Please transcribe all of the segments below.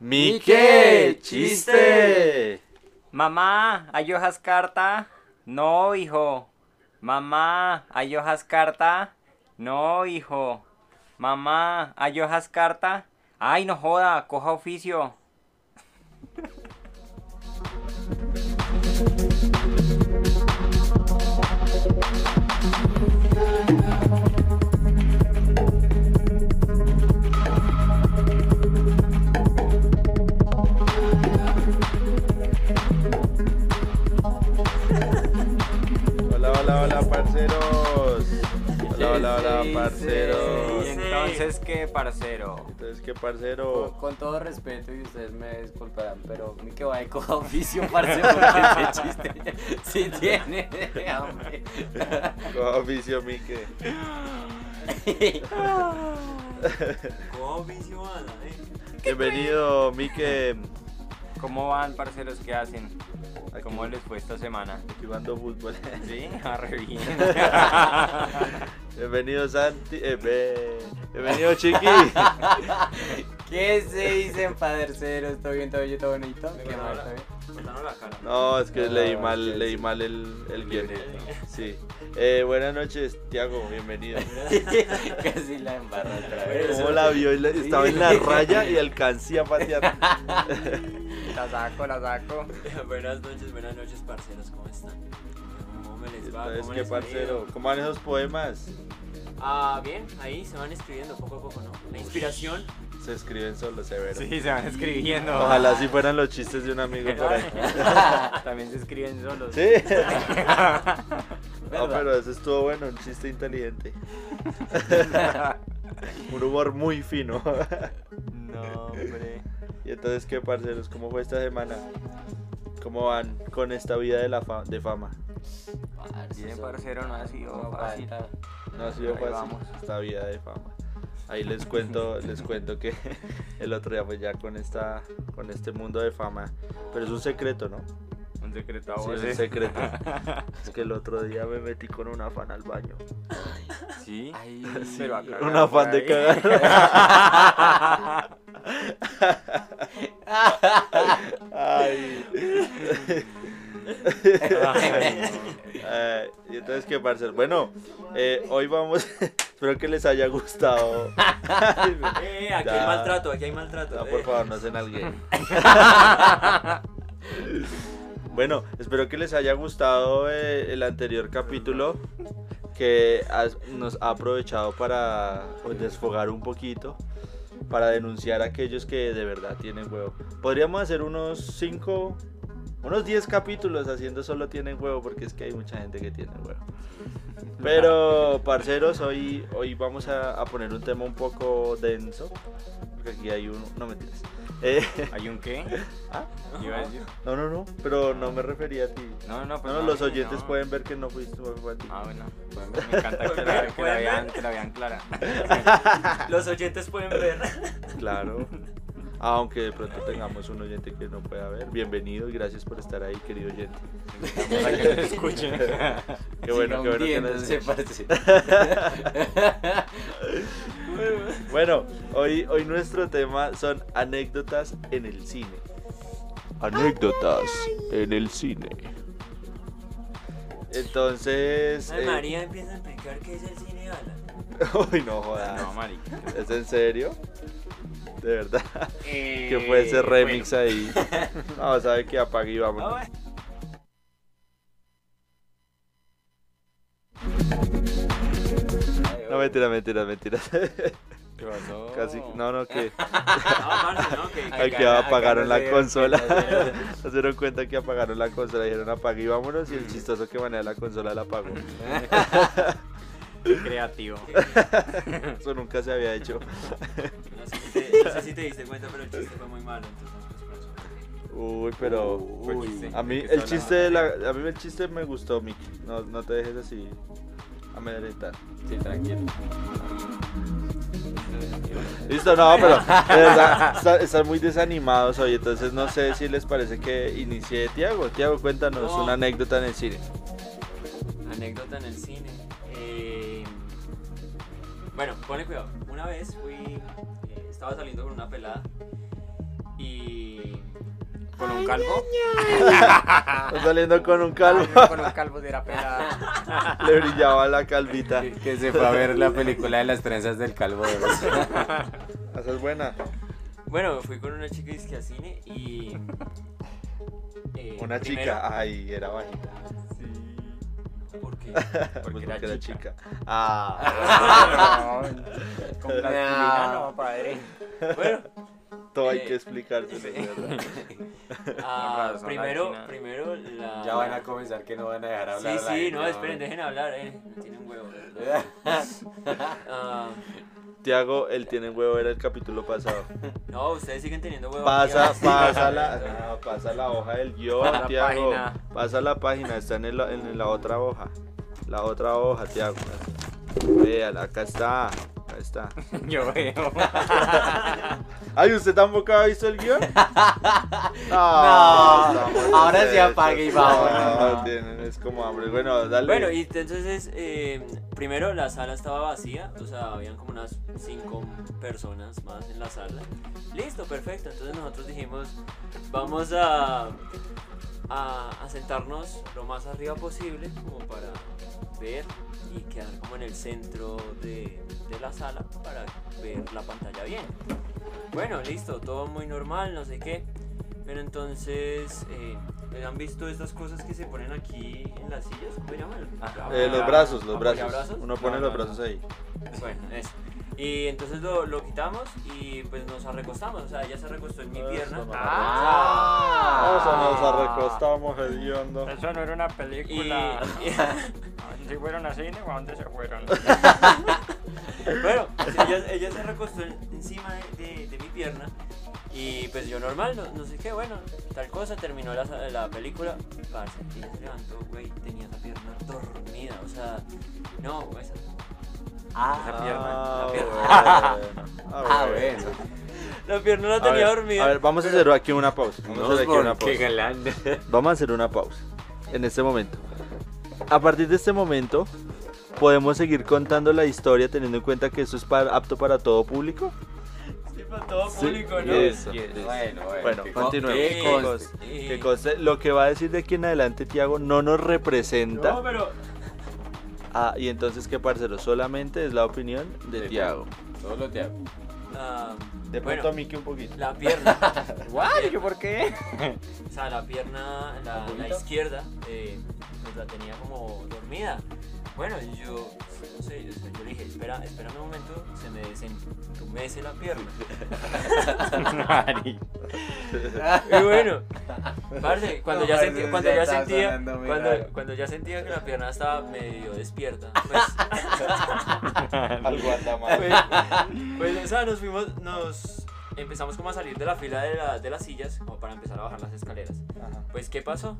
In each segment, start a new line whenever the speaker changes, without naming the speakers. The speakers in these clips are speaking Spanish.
Mi qué chiste.
Mamá, ¿hay hojas carta? No, hijo. Mamá, ¿hay hojas carta? No, hijo. Mamá, ¿hay hojas carta? Ay, no joda, coja oficio.
Hola, hola, hola, parceros. Hola, hola, hola,
Y
parceros.
entonces, ¿qué, parcero?
Entonces, ¿qué
Con,
parcero?
con todo respeto y ustedes me disculparán, pero mi que va de coja oficio, parce, porque ese chiste sí tiene hambre.
Coja oficio, mi qué. Bienvenido, Mike,
¿Cómo van, parceros? ¿Qué hacen?
Aquí.
¿Cómo les fue esta semana?
jugando fútbol.
Sí, arre bien.
Bienvenido, Santi. eh, ve. Bienvenido, Chiqui.
¿Qué se dicen, padrecero? ¿Todo bien, todo bien, todo bonito? ¿Qué más, todo bien?
No, es que
No,
leí
no,
mal,
sí,
leí
sí.
mal el, el guión.
libreto.
Sí. Eh, buenas noches, Tiago, bienvenido.
Casi la embarra otra vez.
¿Cómo la vio? Y la- Estaba en la raya y alcancé a patear.
La saco, la saco.
buenas noches, buenas noches, parceros, ¿cómo están? ¿Cómo me les va?
Entonces,
¿Cómo
¿qué
les ha ido?
parcero? ¿Cómo van esos poemas?
Ah, bien, ahí se van escribiendo poco a poco, ¿no? La inspiración.
Se escriben solo, severo.
Sí, se van escribiendo.
Ojalá si fueran los chistes de un amigo por ahí.
También se escriben solos.
Sí. No,
¿Verdad?
pero eso estuvo bueno, un chiste inteligente. un humor muy fino.
No, hombre.
y entonces, ¿qué, parceros? ¿Cómo fue esta semana? ¿Cómo van con esta vida de, la fa- de fama?
Parce,
Bien,
eso
parcero, Ah, no ha sido
no
fácil.
aguanta.
No ha sido
Ahí
fácil
vamos.
esta vida de fama. Ahí les cuento, les cuento que el otro día pues ya con esta con este mundo de fama, pero es un secreto, ¿no?
Un secreto a eh.
Sí,
voces.
es un secreto. Es que el otro día me metí con un afán al baño.
Sí.
Ay,
Pero acá.
Un afán de cagar.
cagar.
Ay. Ay, y entonces qué parce bueno eh, hoy vamos espero que les haya gustado Ay,
Eh, aquí
Ya.
hay maltrato, aquí hay maltrato.
No,
eh.
por favor, no hacen alguien. bueno, espero que les haya gustado eh, el anterior capítulo que has- nos ha aprovechado para pues, desfogar un poquito, para denunciar a aquellos que de verdad tienen huevo. Podríamos hacer unos 5, unos 10 capítulos haciendo solo tienen huevo, porque es que hay mucha gente que tiene huevo. Pero, parceros, hoy, hoy vamos a, a poner un tema un poco denso. Porque aquí hay uno. No mentiras. Eh,
¿Hay un qué?
Ah.
Iba a decir.
no, no, no. Pero no me refería a ti.
No, no,
No,
pues
no,
no,
los
sí,
oyentes
no.
pueden ver que no fuiste. no fue a ti.
Ah, bueno. Me encanta que la, que la vean, que la vean clara.
Los oyentes pueden ver.
Claro. Aunque de pronto tengamos un oyente que no pueda ver. Bienvenido y gracias por estar ahí, querido oyente.
Para que nos escuchen.
Qué
siga
bueno, qué bueno que nos
hundiéndose,
escuchas.
parce.
Bueno, hoy, hoy nuestro tema son anécdotas en el cine. Anécdotas en el cine. Entonces.
Ay,
eh,
María empieza a explicar qué es el cine, Alan.
Uy, no jodas.
No, marica.
¿Es en serio? De verdad.
Eh,
que fue
Eh,
ese remix ahí. No, sabe que apague y vámonos.
Ah,
No, mentira, mentira, mentira.
¿Qué pasó?
Casi.
Oh.
No, no, que.
Ah, parce, no, que.
Ay, que
Acá-
apagaron
acá no
la
se dieron
consola.
cuenta,
Se dieron cuenta que apagaron la consola. Dijeron apague y vámonos. Y el chistoso que maneja la consola la apagó.
Creativo.
Eso nunca se había hecho.
No sé, si te, no sé si te diste cuenta, pero el chiste fue muy malo, entonces, pues por eso.
Uy, pero. pues,
Fue chiste.
A mí
¿De qué
el
se
chiste de la, a mí el chiste me gustó, Mickey. No, no te dejes así amedrentar.
Sí, tranquilo.
Listo, no, pero de verdad, está- están muy desanimados hoy, entonces no sé si les parece que inicie Tiago. Tiago, cuéntanos
No.
una anécdota en el cine.
Anécdota en el cine. Eh, Bueno, pone cuidado. Una vez fui. eh, estaba saliendo con una pelada. Y.
¿Con un calvo?
Está saliendo con un calvo.
Ay, no, con un calvo de la pelada.
Le brillaba la calvita.
Que se fue a ver la película de las trenzas del calvo de oro.
Esa es buena.
Bueno, fui con una chica disque a cine y. eh,
Una
primero-
chica. Ay, era bajita.
ah.
Sí. ¿Por qué?
Pues Porque
era
era chica. Ah,
No, con plastilina
No.
no, padre.
Bueno,
todo hay
Eh,
que explicárselo, es ¿verdad?
ah,
razón, la
primero,
china.
primero la.
Ya van a comenzar que no van a dejar hablar. a
Sí,
la
sí,
gente,
no, esperen, dejen hablar, eh. No tienen huevo. ¿verdad? Ah,
Tiago, el tiene huevo era el capítulo pasado.
no, ustedes siguen teniendo huevo.
Pasa,
aquí, ah, sí.
pasa la, no, pasa la hoja del
Pasa
guión,
la
Tiago.
página.
Pasa la página, está en, el- en la otra hoja. La otra hoja, Tiago. Véala, acá está. Acá está.
Yo veo.
Ay, ¿usted tampoco ha visto el guión? Ah,
No,
estamos
ahora sí
deshechos.
apague y vámonos.
No, tienen- es como hambre. Bueno, dale.
Bueno, y t- entonces, eh, primero la sala estaba vacía, o sea, habían como unas cinco personas más en la sala. Listo, perfecto. Entonces nosotros dijimos, vamos a, a, a sentarnos lo más arriba posible, como para ver y quedar como en el centro de, de la sala para ver la pantalla bien. Bueno, listo, todo muy normal, no sé qué. Pero entonces, eh, ¿han visto estas cosas que se ponen aquí en las sillas? ¿Cómo se llaman? Ah,
Eh, los brazos, los brazos.
¿Apoyabrazos?
Uno pone
No,
los
no, no.
brazos ahí.
Bueno, eso. Y entonces lo, lo quitamos y pues nos arrecostamos. O sea, ella se recostó en mi
Eso,
pierna.
mamá.
Ah.
Eso nos arrecostamos, hediondo.
Eso no era una
Y,
película. ¿A ¿Dónde fueron a cine o a dónde se fueron?
bueno, ella, ella se recostó en- encima de, de- de mi pierna. Y pues yo normal, no, no sé qué, bueno, tal cosa, terminó la, la película. Parce, ella se levantó, güey, tenía la pierna dormida. O sea, no, esa,
Ah,
Ah,
La pierna.
bueno.
ah,
Ah, bueno.
bueno.
la pierna la
A
tenía
ver,
dormida.
A ver, vamos a hacer aquí una pausa. Vamos a
No,
hacer aquí una
qué
pausa.
galán.
Vamos a hacer una pausa en este momento. A partir de este momento, ¿podemos seguir contando la historia teniendo en cuenta que esto es para- apto para todo público?
Sí, para todo
Sí, eh,
público, ¿no?
eso, listo.
Bueno, bueno.
Bueno,
qué co-
continuemos.
qué
Que
cos-
conste-
Y-
que conste, lo que va a decir de aquí en adelante Tiago no nos representa.
No, pero
Ah, y entonces, ¿qué parcero? Solamente es la opinión de
Sí,
Tiago.
Solo te hago.
Ah,
De
bueno,
pronto a mí que un poquito.
la pierna,
¿What? ¿Yo por qué?
o sea, la pierna, la, la izquierda, eh, pues la tenía como dormida. Bueno, yo, no sé, o sea, yo le dije, espera, espérame un momento, se me desentumece la pierna. Y bueno, parce, cuando
No,
ya,
parce,
sentí-
eso
cuando
ya
ya
está
sentía,
sonando muy
cuando,
raro.
cuando ya sentía que la pierna estaba medio despierta, pues
Al
Pues, pues, o sea, nos fuimos, nos empezamos como a salir de la fila de, la- de las sillas, como para empezar a bajar las escaleras. Pues, ¿qué pasó?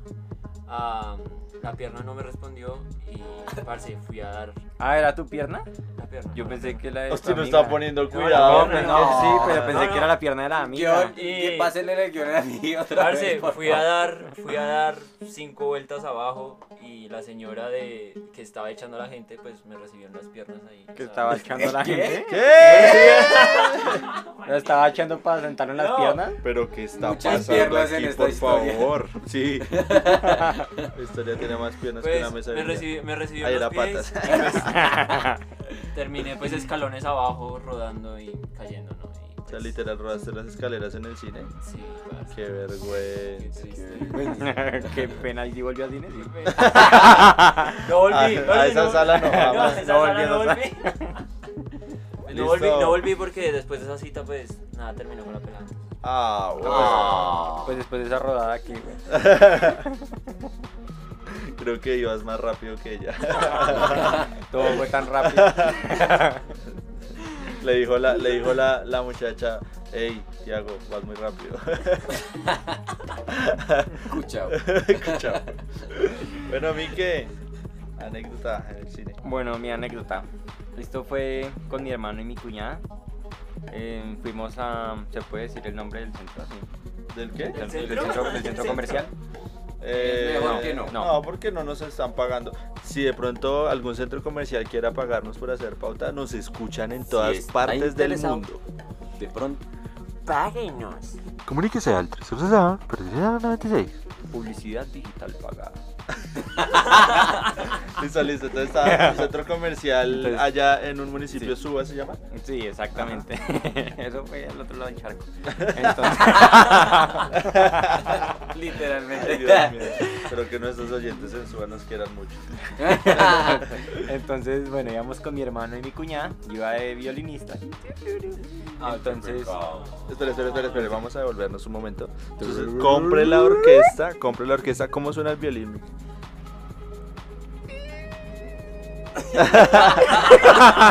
Ah, la pierna no me respondió y, parce, fui a dar
Ah, ¿era tu pierna?
la pierna.
Yo pensé que la de tu
Hostia, no
amiga.
está poniendo
No,
cuidado.
No, pero
hombre.
no.
sí, pero pensé que
No, no.
era la pierna de la amiga.
Guión, que pásenle el guión a mí otra
Parce,
vez. por
fui a
favor.
dar, fui a dar cinco vueltas abajo y la señora de, que estaba echando a la gente, pues, me recibió en las piernas ahí. o
Que
sea,
estaba echando a la
¿Qué?
gente.
¿Qué?
¿Lo estaba echando para sentarlo en las
No.
piernas?
Pero que está
Muchas
pasando
piernas en
aquí,
esta
por
historia.
favor. Sí. La historia tiene más piernas que una
Pues,
mesa. de
me
billar.
recibió, me recibió
Ahí
en
era
los pies.
patas.
Terminé, pues, escalones abajo, rodando y cayendo, ¿no? Y,
O sea,
pues,
literal, rodaste las escaleras en el cine.
Sí, parce.
Qué vergüenza.
Qué pena, ¿y si volvió a cine? Sí.
No volví.
Ah, A-
no,
a esa
no,
sala no,
no,
jamás.
a esa
No
sala no
volví a
volví. No volví,
Listo.
no volví porque después de esa cita, pues, nada, terminó con la pelada.
Ah, bueno.
Ah.
Pues después de esa rodada aquí, güey.
Creo que ibas más rápido que ella.
Todo fue tan rápido.
Le dijo la, le dijo la, la muchacha, hey, Tiago, vas muy rápido.
Escucha.
Chao. Bueno, Mike, anécdota en el cine.
Bueno, mi anécdota. Esto fue con mi hermano y mi cuñada. Eh, fuimos a. ¿Se puede decir el nombre del centro? Sí.
¿Del qué?
¿Del
Del, del
centro?
centro, del centro comercial.
Eh,
mejor
no.
que no.
No. porque no nos están pagando. Si de pronto algún centro comercial quiera pagarnos por hacer pauta, nos escuchan en todas
está
partes del
interesado.
mundo.
De pronto,
Páguenos.
Comuníquese al 360-96.
publicidad digital pagada.
Listo, listo. Entonces está un centro comercial
Entonces,
allá en un municipio
sí.
Suba, ¿se llama?
Sí, exactamente. Eso fue al otro lado del charco. Entonces,
Ay,
Literalmente.
Dios mío. Espero que nuestros oyentes en Suba nos quieran mucho.
entonces, bueno, íbamos con mi hermano y mi cuñada. Iba de violinista.
Ah,
Entonces,
Espera, espera, espera, espera, vamos a devolvernos un momento. Entonces, compre la orquesta, compre la orquesta. ¿Cómo suena el violín?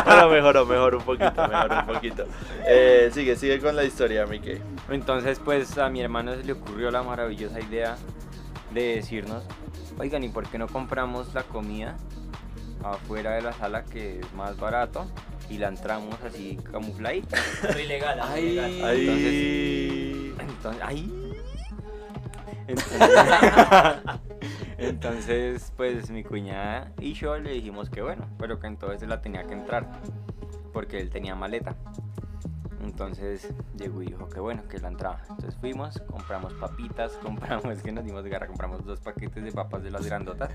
Pero mejoró, mejoró un poquito, mejoró un poquito. Eh, sigue, sigue con la historia, Mike.
entonces, pues a mi hermano se le ocurrió la maravillosa idea de decirnos, oigan, ¿y por qué no compramos la comida afuera de la sala que es más barato? Y la entramos así camufladita.
Soy legal,
Ay.
legal.
Ahí.
Entonces, ¡ay! Entonces, entonces, pues mi cuñada y yo le dijimos que bueno, pero que entonces la tenía que entrar, porque él tenía maleta. Entonces llegó y dijo que bueno, que la entraba. Entonces fuimos, compramos papitas, compramos, que nos dimos garra, compramos dos paquetes de papas de las grandotas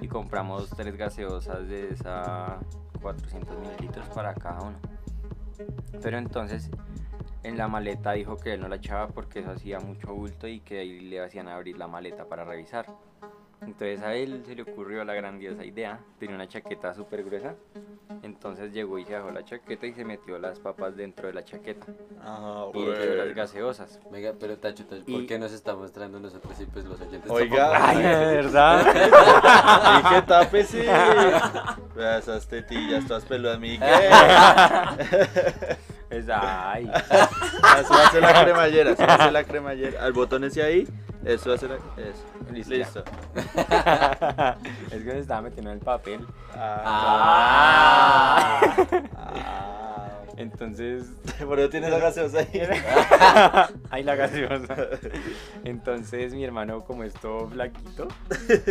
y compramos tres gaseosas de esa 400 mililitros para cada uno. Pero entonces en la maleta dijo que él no la echaba porque eso hacía mucho bulto y que ahí le hacían abrir la maleta para revisar. Entonces a él se le ocurrió la grandiosa idea, tenía una chaqueta súper gruesa, entonces llegó y se dejó la chaqueta y se metió las papas dentro de la chaqueta
Ah,
y echó las
bueno.
gaseosas.
Venga, pero Tacho, Tacho, ¿por
Y-
qué nos está mostrando nosotros y pues los oyentes?
Oiga. Ay, de
verdad.
Dije, tape, sí. Vea esas tetillas, todas peludas, Mike.
Es, ay.
Eso hace la cremallera, eso hace la cremallera. Al botón ese ahí, eso hace la. Eso.
Listo, ya.
Listo.
es que me estaba metiendo en el papel.
Ah.
Ah.
Entonces
Por eso tienes la gaseosa ahí.
Ay, la gaseosa. Entonces, mi hermano, como es todo flaquito,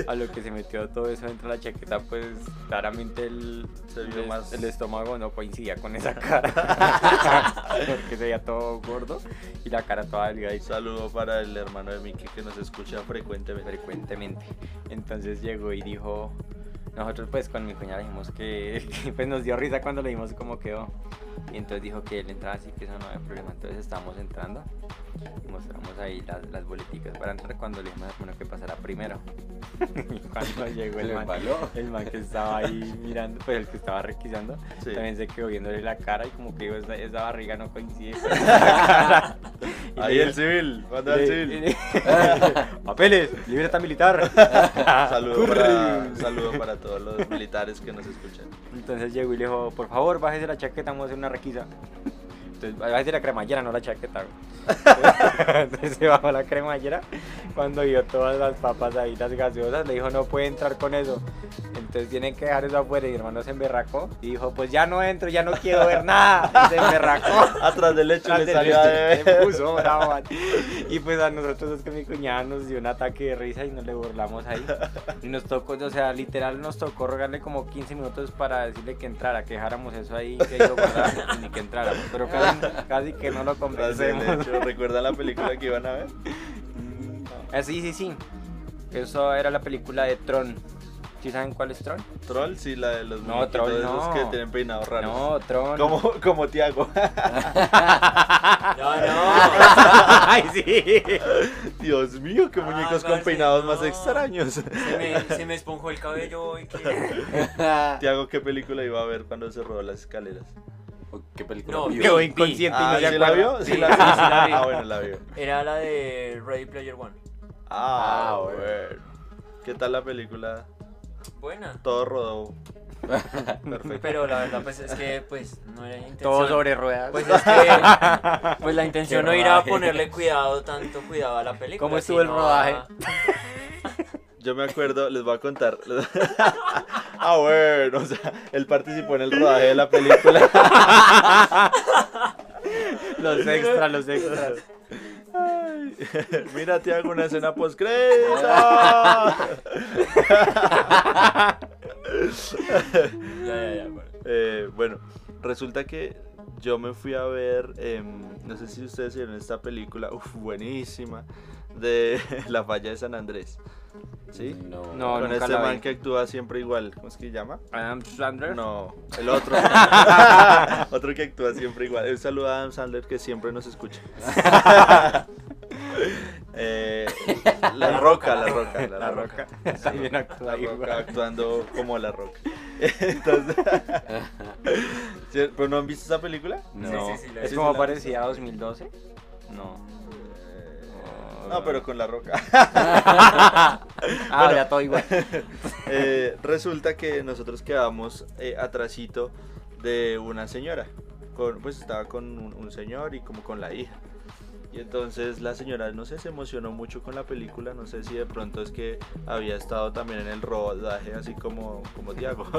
a lo que se metió todo eso dentro de la chaqueta, pues claramente el,
Se vio
el-
más-
el estómago no coincidía con esa cara. Porque se veía todo gordo y la cara toda delgada y
Un saludo para el hermano de Miki que nos escucha frecuentemente.
frecuentemente. Entonces llegó y dijo, nosotros pues con mi cuñada dijimos que, que, pues nos dio risa cuando le dimos cómo quedó. Y entonces dijo que él entraba así, que eso no había problema. Entonces estábamos entrando y mostramos ahí las, las boleticas para entrar cuando le dijimos bueno, que pasara primero. Y cuando llegó el
¿Lo
man,
embaló?
el man que estaba ahí mirando, pues el que estaba requisando,
Sí.
también se quedó viéndole la cara y como que digo, esa, esa barriga no coincide con esa cara". Y
Ahí
le-
el civil, manda al
le-
civil.
Eh, Papeles, libreta militar.
Saludo para, un saludo para todos los militares que nos escuchan.
Entonces llegó y le dijo, por favor, bájese la chaqueta, vamos a hacer una requisa. Entonces, bájese la cremallera, no la chaqueta. güey. Entonces se bajó la cremallera. Cuando vio todas las papas ahí, las gaseosas, le dijo, no puede entrar con eso. Entonces tienen que dejar eso afuera. Y mi hermano se emberracó y dijo, pues ya no entro, ya no quiero ver nada. Y se emberracó.
Atrás del lecho
Tras
le
del
salió a
este, se
beber.
puso bravo, man. Y pues a nosotros es que mi cuñada nos dio un ataque de risa y nos le burlamos ahí. Y nos tocó, o sea, literal nos tocó rogarle como 15 minutos para decirle que entrara, que dejáramos eso ahí, que ahí lo guardáramos y ni que entráramos. Pero casi, casi que no lo
Tras del
convencemos.
lecho. ¿Recuerdan la película que iban a ver? ¿eh?
Ah, sí, sí, sí. Eso era la película de Tron. ¿Sí saben cuál es Tron?
Troll, sí, la de los
No,
muñequitos
Troll
esos
no.
que tienen peinados raros.
No, Tron.
Como, como Tiago.
No, no.
Ay, sí.
Dios mío, qué muñecos con
parce,
peinados más
Ah, no.
extraños.
Se me, se me esponjó el cabello hoy. que-
Tiago, ¿qué película iba a ver cuando se robó las escaleras?
Oh, ¿Qué película?
No,
vio?
Quedó
vi.
inconsciente
Ah,
y no se
¿sí la
acuerda.
vio? Sí,
Sí,
la vio.
sí, sí la vi.
Ah, bueno, la vio.
Era la de Ready Player One.
Ah,
Ah,
bueno. ¿Qué tal la película?
Buena.
Todo rodó. Perfecto.
Pero la verdad, pues es que pues no era intención.
Todo sobre ruedas.
Pues es que pues la intención no era
rodaje.
ponerle cuidado, tanto cuidado a la película.
¿Cómo estuvo el
sino
rodaje?
a-
Yo me acuerdo, les voy a contar. ah, bueno, o sea, él participó en el rodaje de la película.
Los extras, los extras.
Ay, Mira, te hago una escena postcrédito.
Ya, ya, ya. bueno.
Eh, bueno, resulta que yo me fui a ver, em, no sé si ustedes vieron esta película, uf, buenísima, de La Falla de San Andrés. ¿Sí?
No.
No.
Con
nunca
este
la vi.
man que actúa siempre igual, ¿cómo es que se llama?
Adam Sandler.
No, el otro. otro que actúa siempre igual. Un saludo a Adam Sandler que siempre nos escucha. Eh, la roca, la roca, la,
La
roca.
Roca.
Sí,
También
la
actúa
roca
igual.
actuando como la roca. Entonces, ¿Sí? ¿pero no han visto esa película?
No.
Sí, sí, sí, la-
¿Es
sí,
como
la-
parecía a 2012? No.
No, pero con la roca.
Ah, ya todo igual.
Eh, resulta que nosotros quedamos eh, atrasito de una señora. Con, pues estaba con un, un señor y como con la hija. Y entonces la señora, no sé, se emocionó mucho con la película. No sé si de pronto es que había estado también en el rodaje, así como, como Tiago.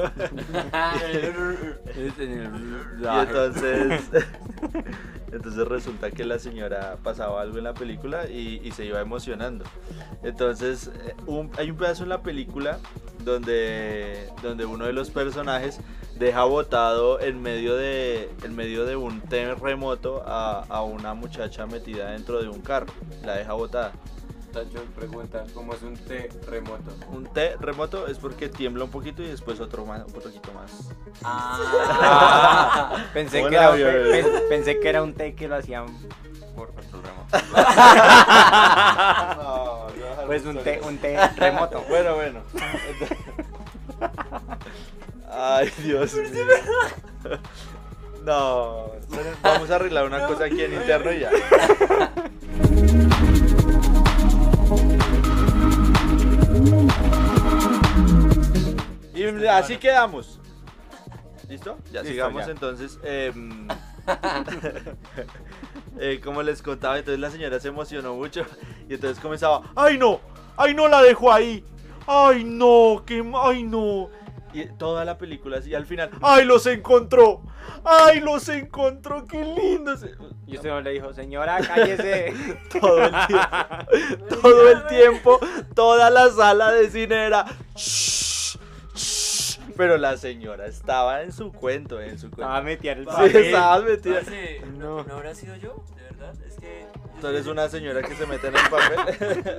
Y entonces, entonces resulta que la señora pasaba algo en la película y, y se iba emocionando. Entonces eh, un- hay un pedazo en la película donde, donde uno de los personajes deja botado en medio de, en medio de un terremoto a, a una muchacha metida dentro de un carro. La deja botada.
Tacho pregunta, ¿cómo es un terremoto?
Un terremoto es porque tiembla un poquito y después otro más, un poquito más.
Ah, pensé, que
Hola,
era,
bebé.
pe- pensé que era un té que lo hacían por control remoto. Pues un té, un té remoto.
Bueno, bueno. Ay, Dios mío. No, esperen, vamos a arreglar una cosa aquí en interno y ya. Y así quedamos. ¿Listo? Ya
Listo,
sigamos
ya.
entonces. em, eh, como les contaba, entonces la señora se emocionó mucho y entonces comenzaba, ¡ay no! ¡ay no la dejó ahí! ¡ay no! ¡qué ma- ¡ay no! Y toda la película así, y al final, ¡ay los encontró! ¡ay los encontró! ¡qué lindo! Se-
Y usted no le dijo, señora, cállese.
Todo el tiempo, todo el tiempo, toda la sala de cine era, "Shh, shh". Pero la señora estaba en su cuento, en su cuento.
Va a meter el
Sí,
Ah, papel.
estabas metida.
Parce,
No.
no. no habrá sido yo, de verdad. Es que.
Tú eres una señora que se mete en el papel.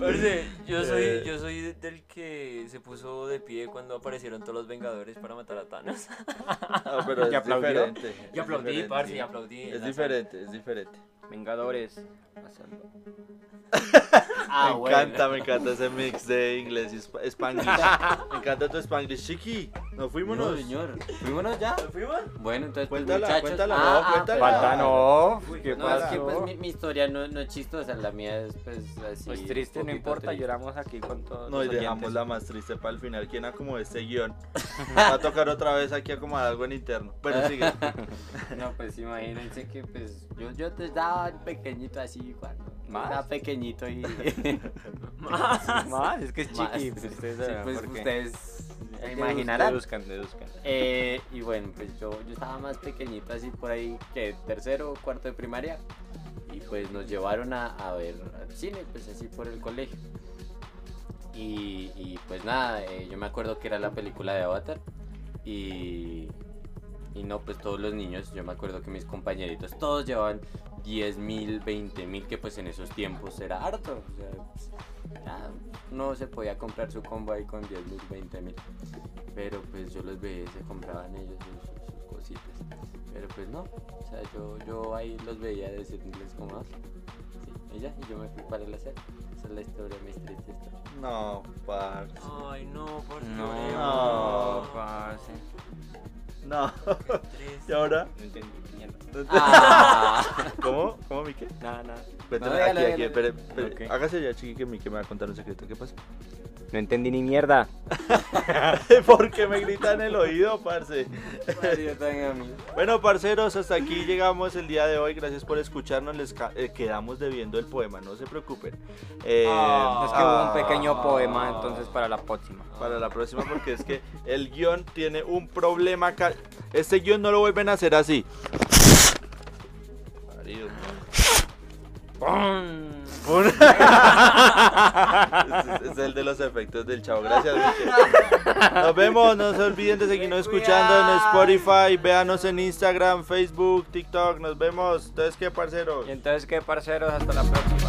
Parce, yo
Eh.
soy, yo soy del que se puso de pie cuando aparecieron todos los Vengadores para matar a Thanos.
No, pero
¿Y
es
aplaudió?
diferente.
Y
es
aplaudí,
diferente.
parce, y aplaudí. en
Es
la
diferente, es diferente.
Vengadores.
Ah,
me encanta, me encanta ese mix de inglés y sp- spanglish. me encanta tu spanglish. Chiqui, nos fuimos.
No, señor. ¿Fuimos ya?
sala. ¿Lo fuimos?
Bueno, entonces, pues,
Cuéntala,
muchachos.
cuéntala,
Ah,
no,
ah,
cuéntala.
pues,
Falta no. ¿Qué
No, es que
pasó?
pues mi, mi historia no, no es chistosa, la mía es pues así.
Pues
un
triste, no
poquito
importa,
triste.
lloramos aquí con todos.
No, y
los
dejamos
oyentes.
la más triste para el final. ¿Quién acomodó este guión? Va a tocar otra vez aquí acomodar algo en interno. Bueno, sigue.
No, pues imagínense que pues yo, yo te estaba pequeñito así cuando
¿Más?
estaba pequeñito y
Más, es que es
Más.
chiqui.
Sí,
Ustedes saben
pues
por qué.
ustedes
Imaginarán.
imaginarán.
Deduzcan, deduzcan.
Eh, y bueno, pues yo, yo estaba más pequeñito así por ahí que tercero, cuarto de primaria y pues nos llevaron a, a ver al cine, pues así por el colegio. Y, y, pues nada, eh, yo me acuerdo que era la película de Avatar y, y no, pues todos los niños, yo me acuerdo que mis compañeritos, todos llevaban 10 mil, 20 mil, que pues en esos tiempos era harto. o sea, pues, nada, no se podía comprar su combo ahí con 10 mil, 20 mil. Pero pues yo los veía, y se compraban ellos sus, sus- sus cositas. Pero pues no, o sea, yo, yo ahí los veía decirles como, "Ah, sí, ella, y yo me fui para el hacer. Esa es la historia, mis tristes.
No, par.
Ay, no, por
No, parce.
No. ¿Y
triste.
ahora?
No entendí mierda.
Ah,
¿Cómo? ¿Cómo, Mike?
Nada, nada.
Vete,
No,
aquí,
dígalo,
aquí,
dígalo.
espere, espere.
Ok.
Hágase ya, chiqui, que Mike me va a contar un secreto. ¿Qué pasa?
No entendí ni mierda.
¿Por qué me grita en el oído, parce?
Mario, tan amigo.
Bueno, parceros, hasta aquí llegamos el día de hoy. Gracias por escucharnos. Les ca- eh, quedamos debiendo el poema, no se preocupen. Eh,
Es que hubo un pequeño
ah,
poema, entonces para la próxima.
Para la próxima, porque es que el guión tiene un problema. ca- Este guión no lo vuelven a hacer así. Marido,
¡Pum!
Pum. Este es, es el de los efectos del chavo. Gracias, Michelle. Nos vemos. No se olviden de seguirnos
Ten
escuchando en
cuidado.
Spotify. Véanos en Instagram, Facebook, TikTok. Nos vemos. Entonces, ¿qué, parceros?
Y entonces, ¿qué, parceros? Hasta la próxima.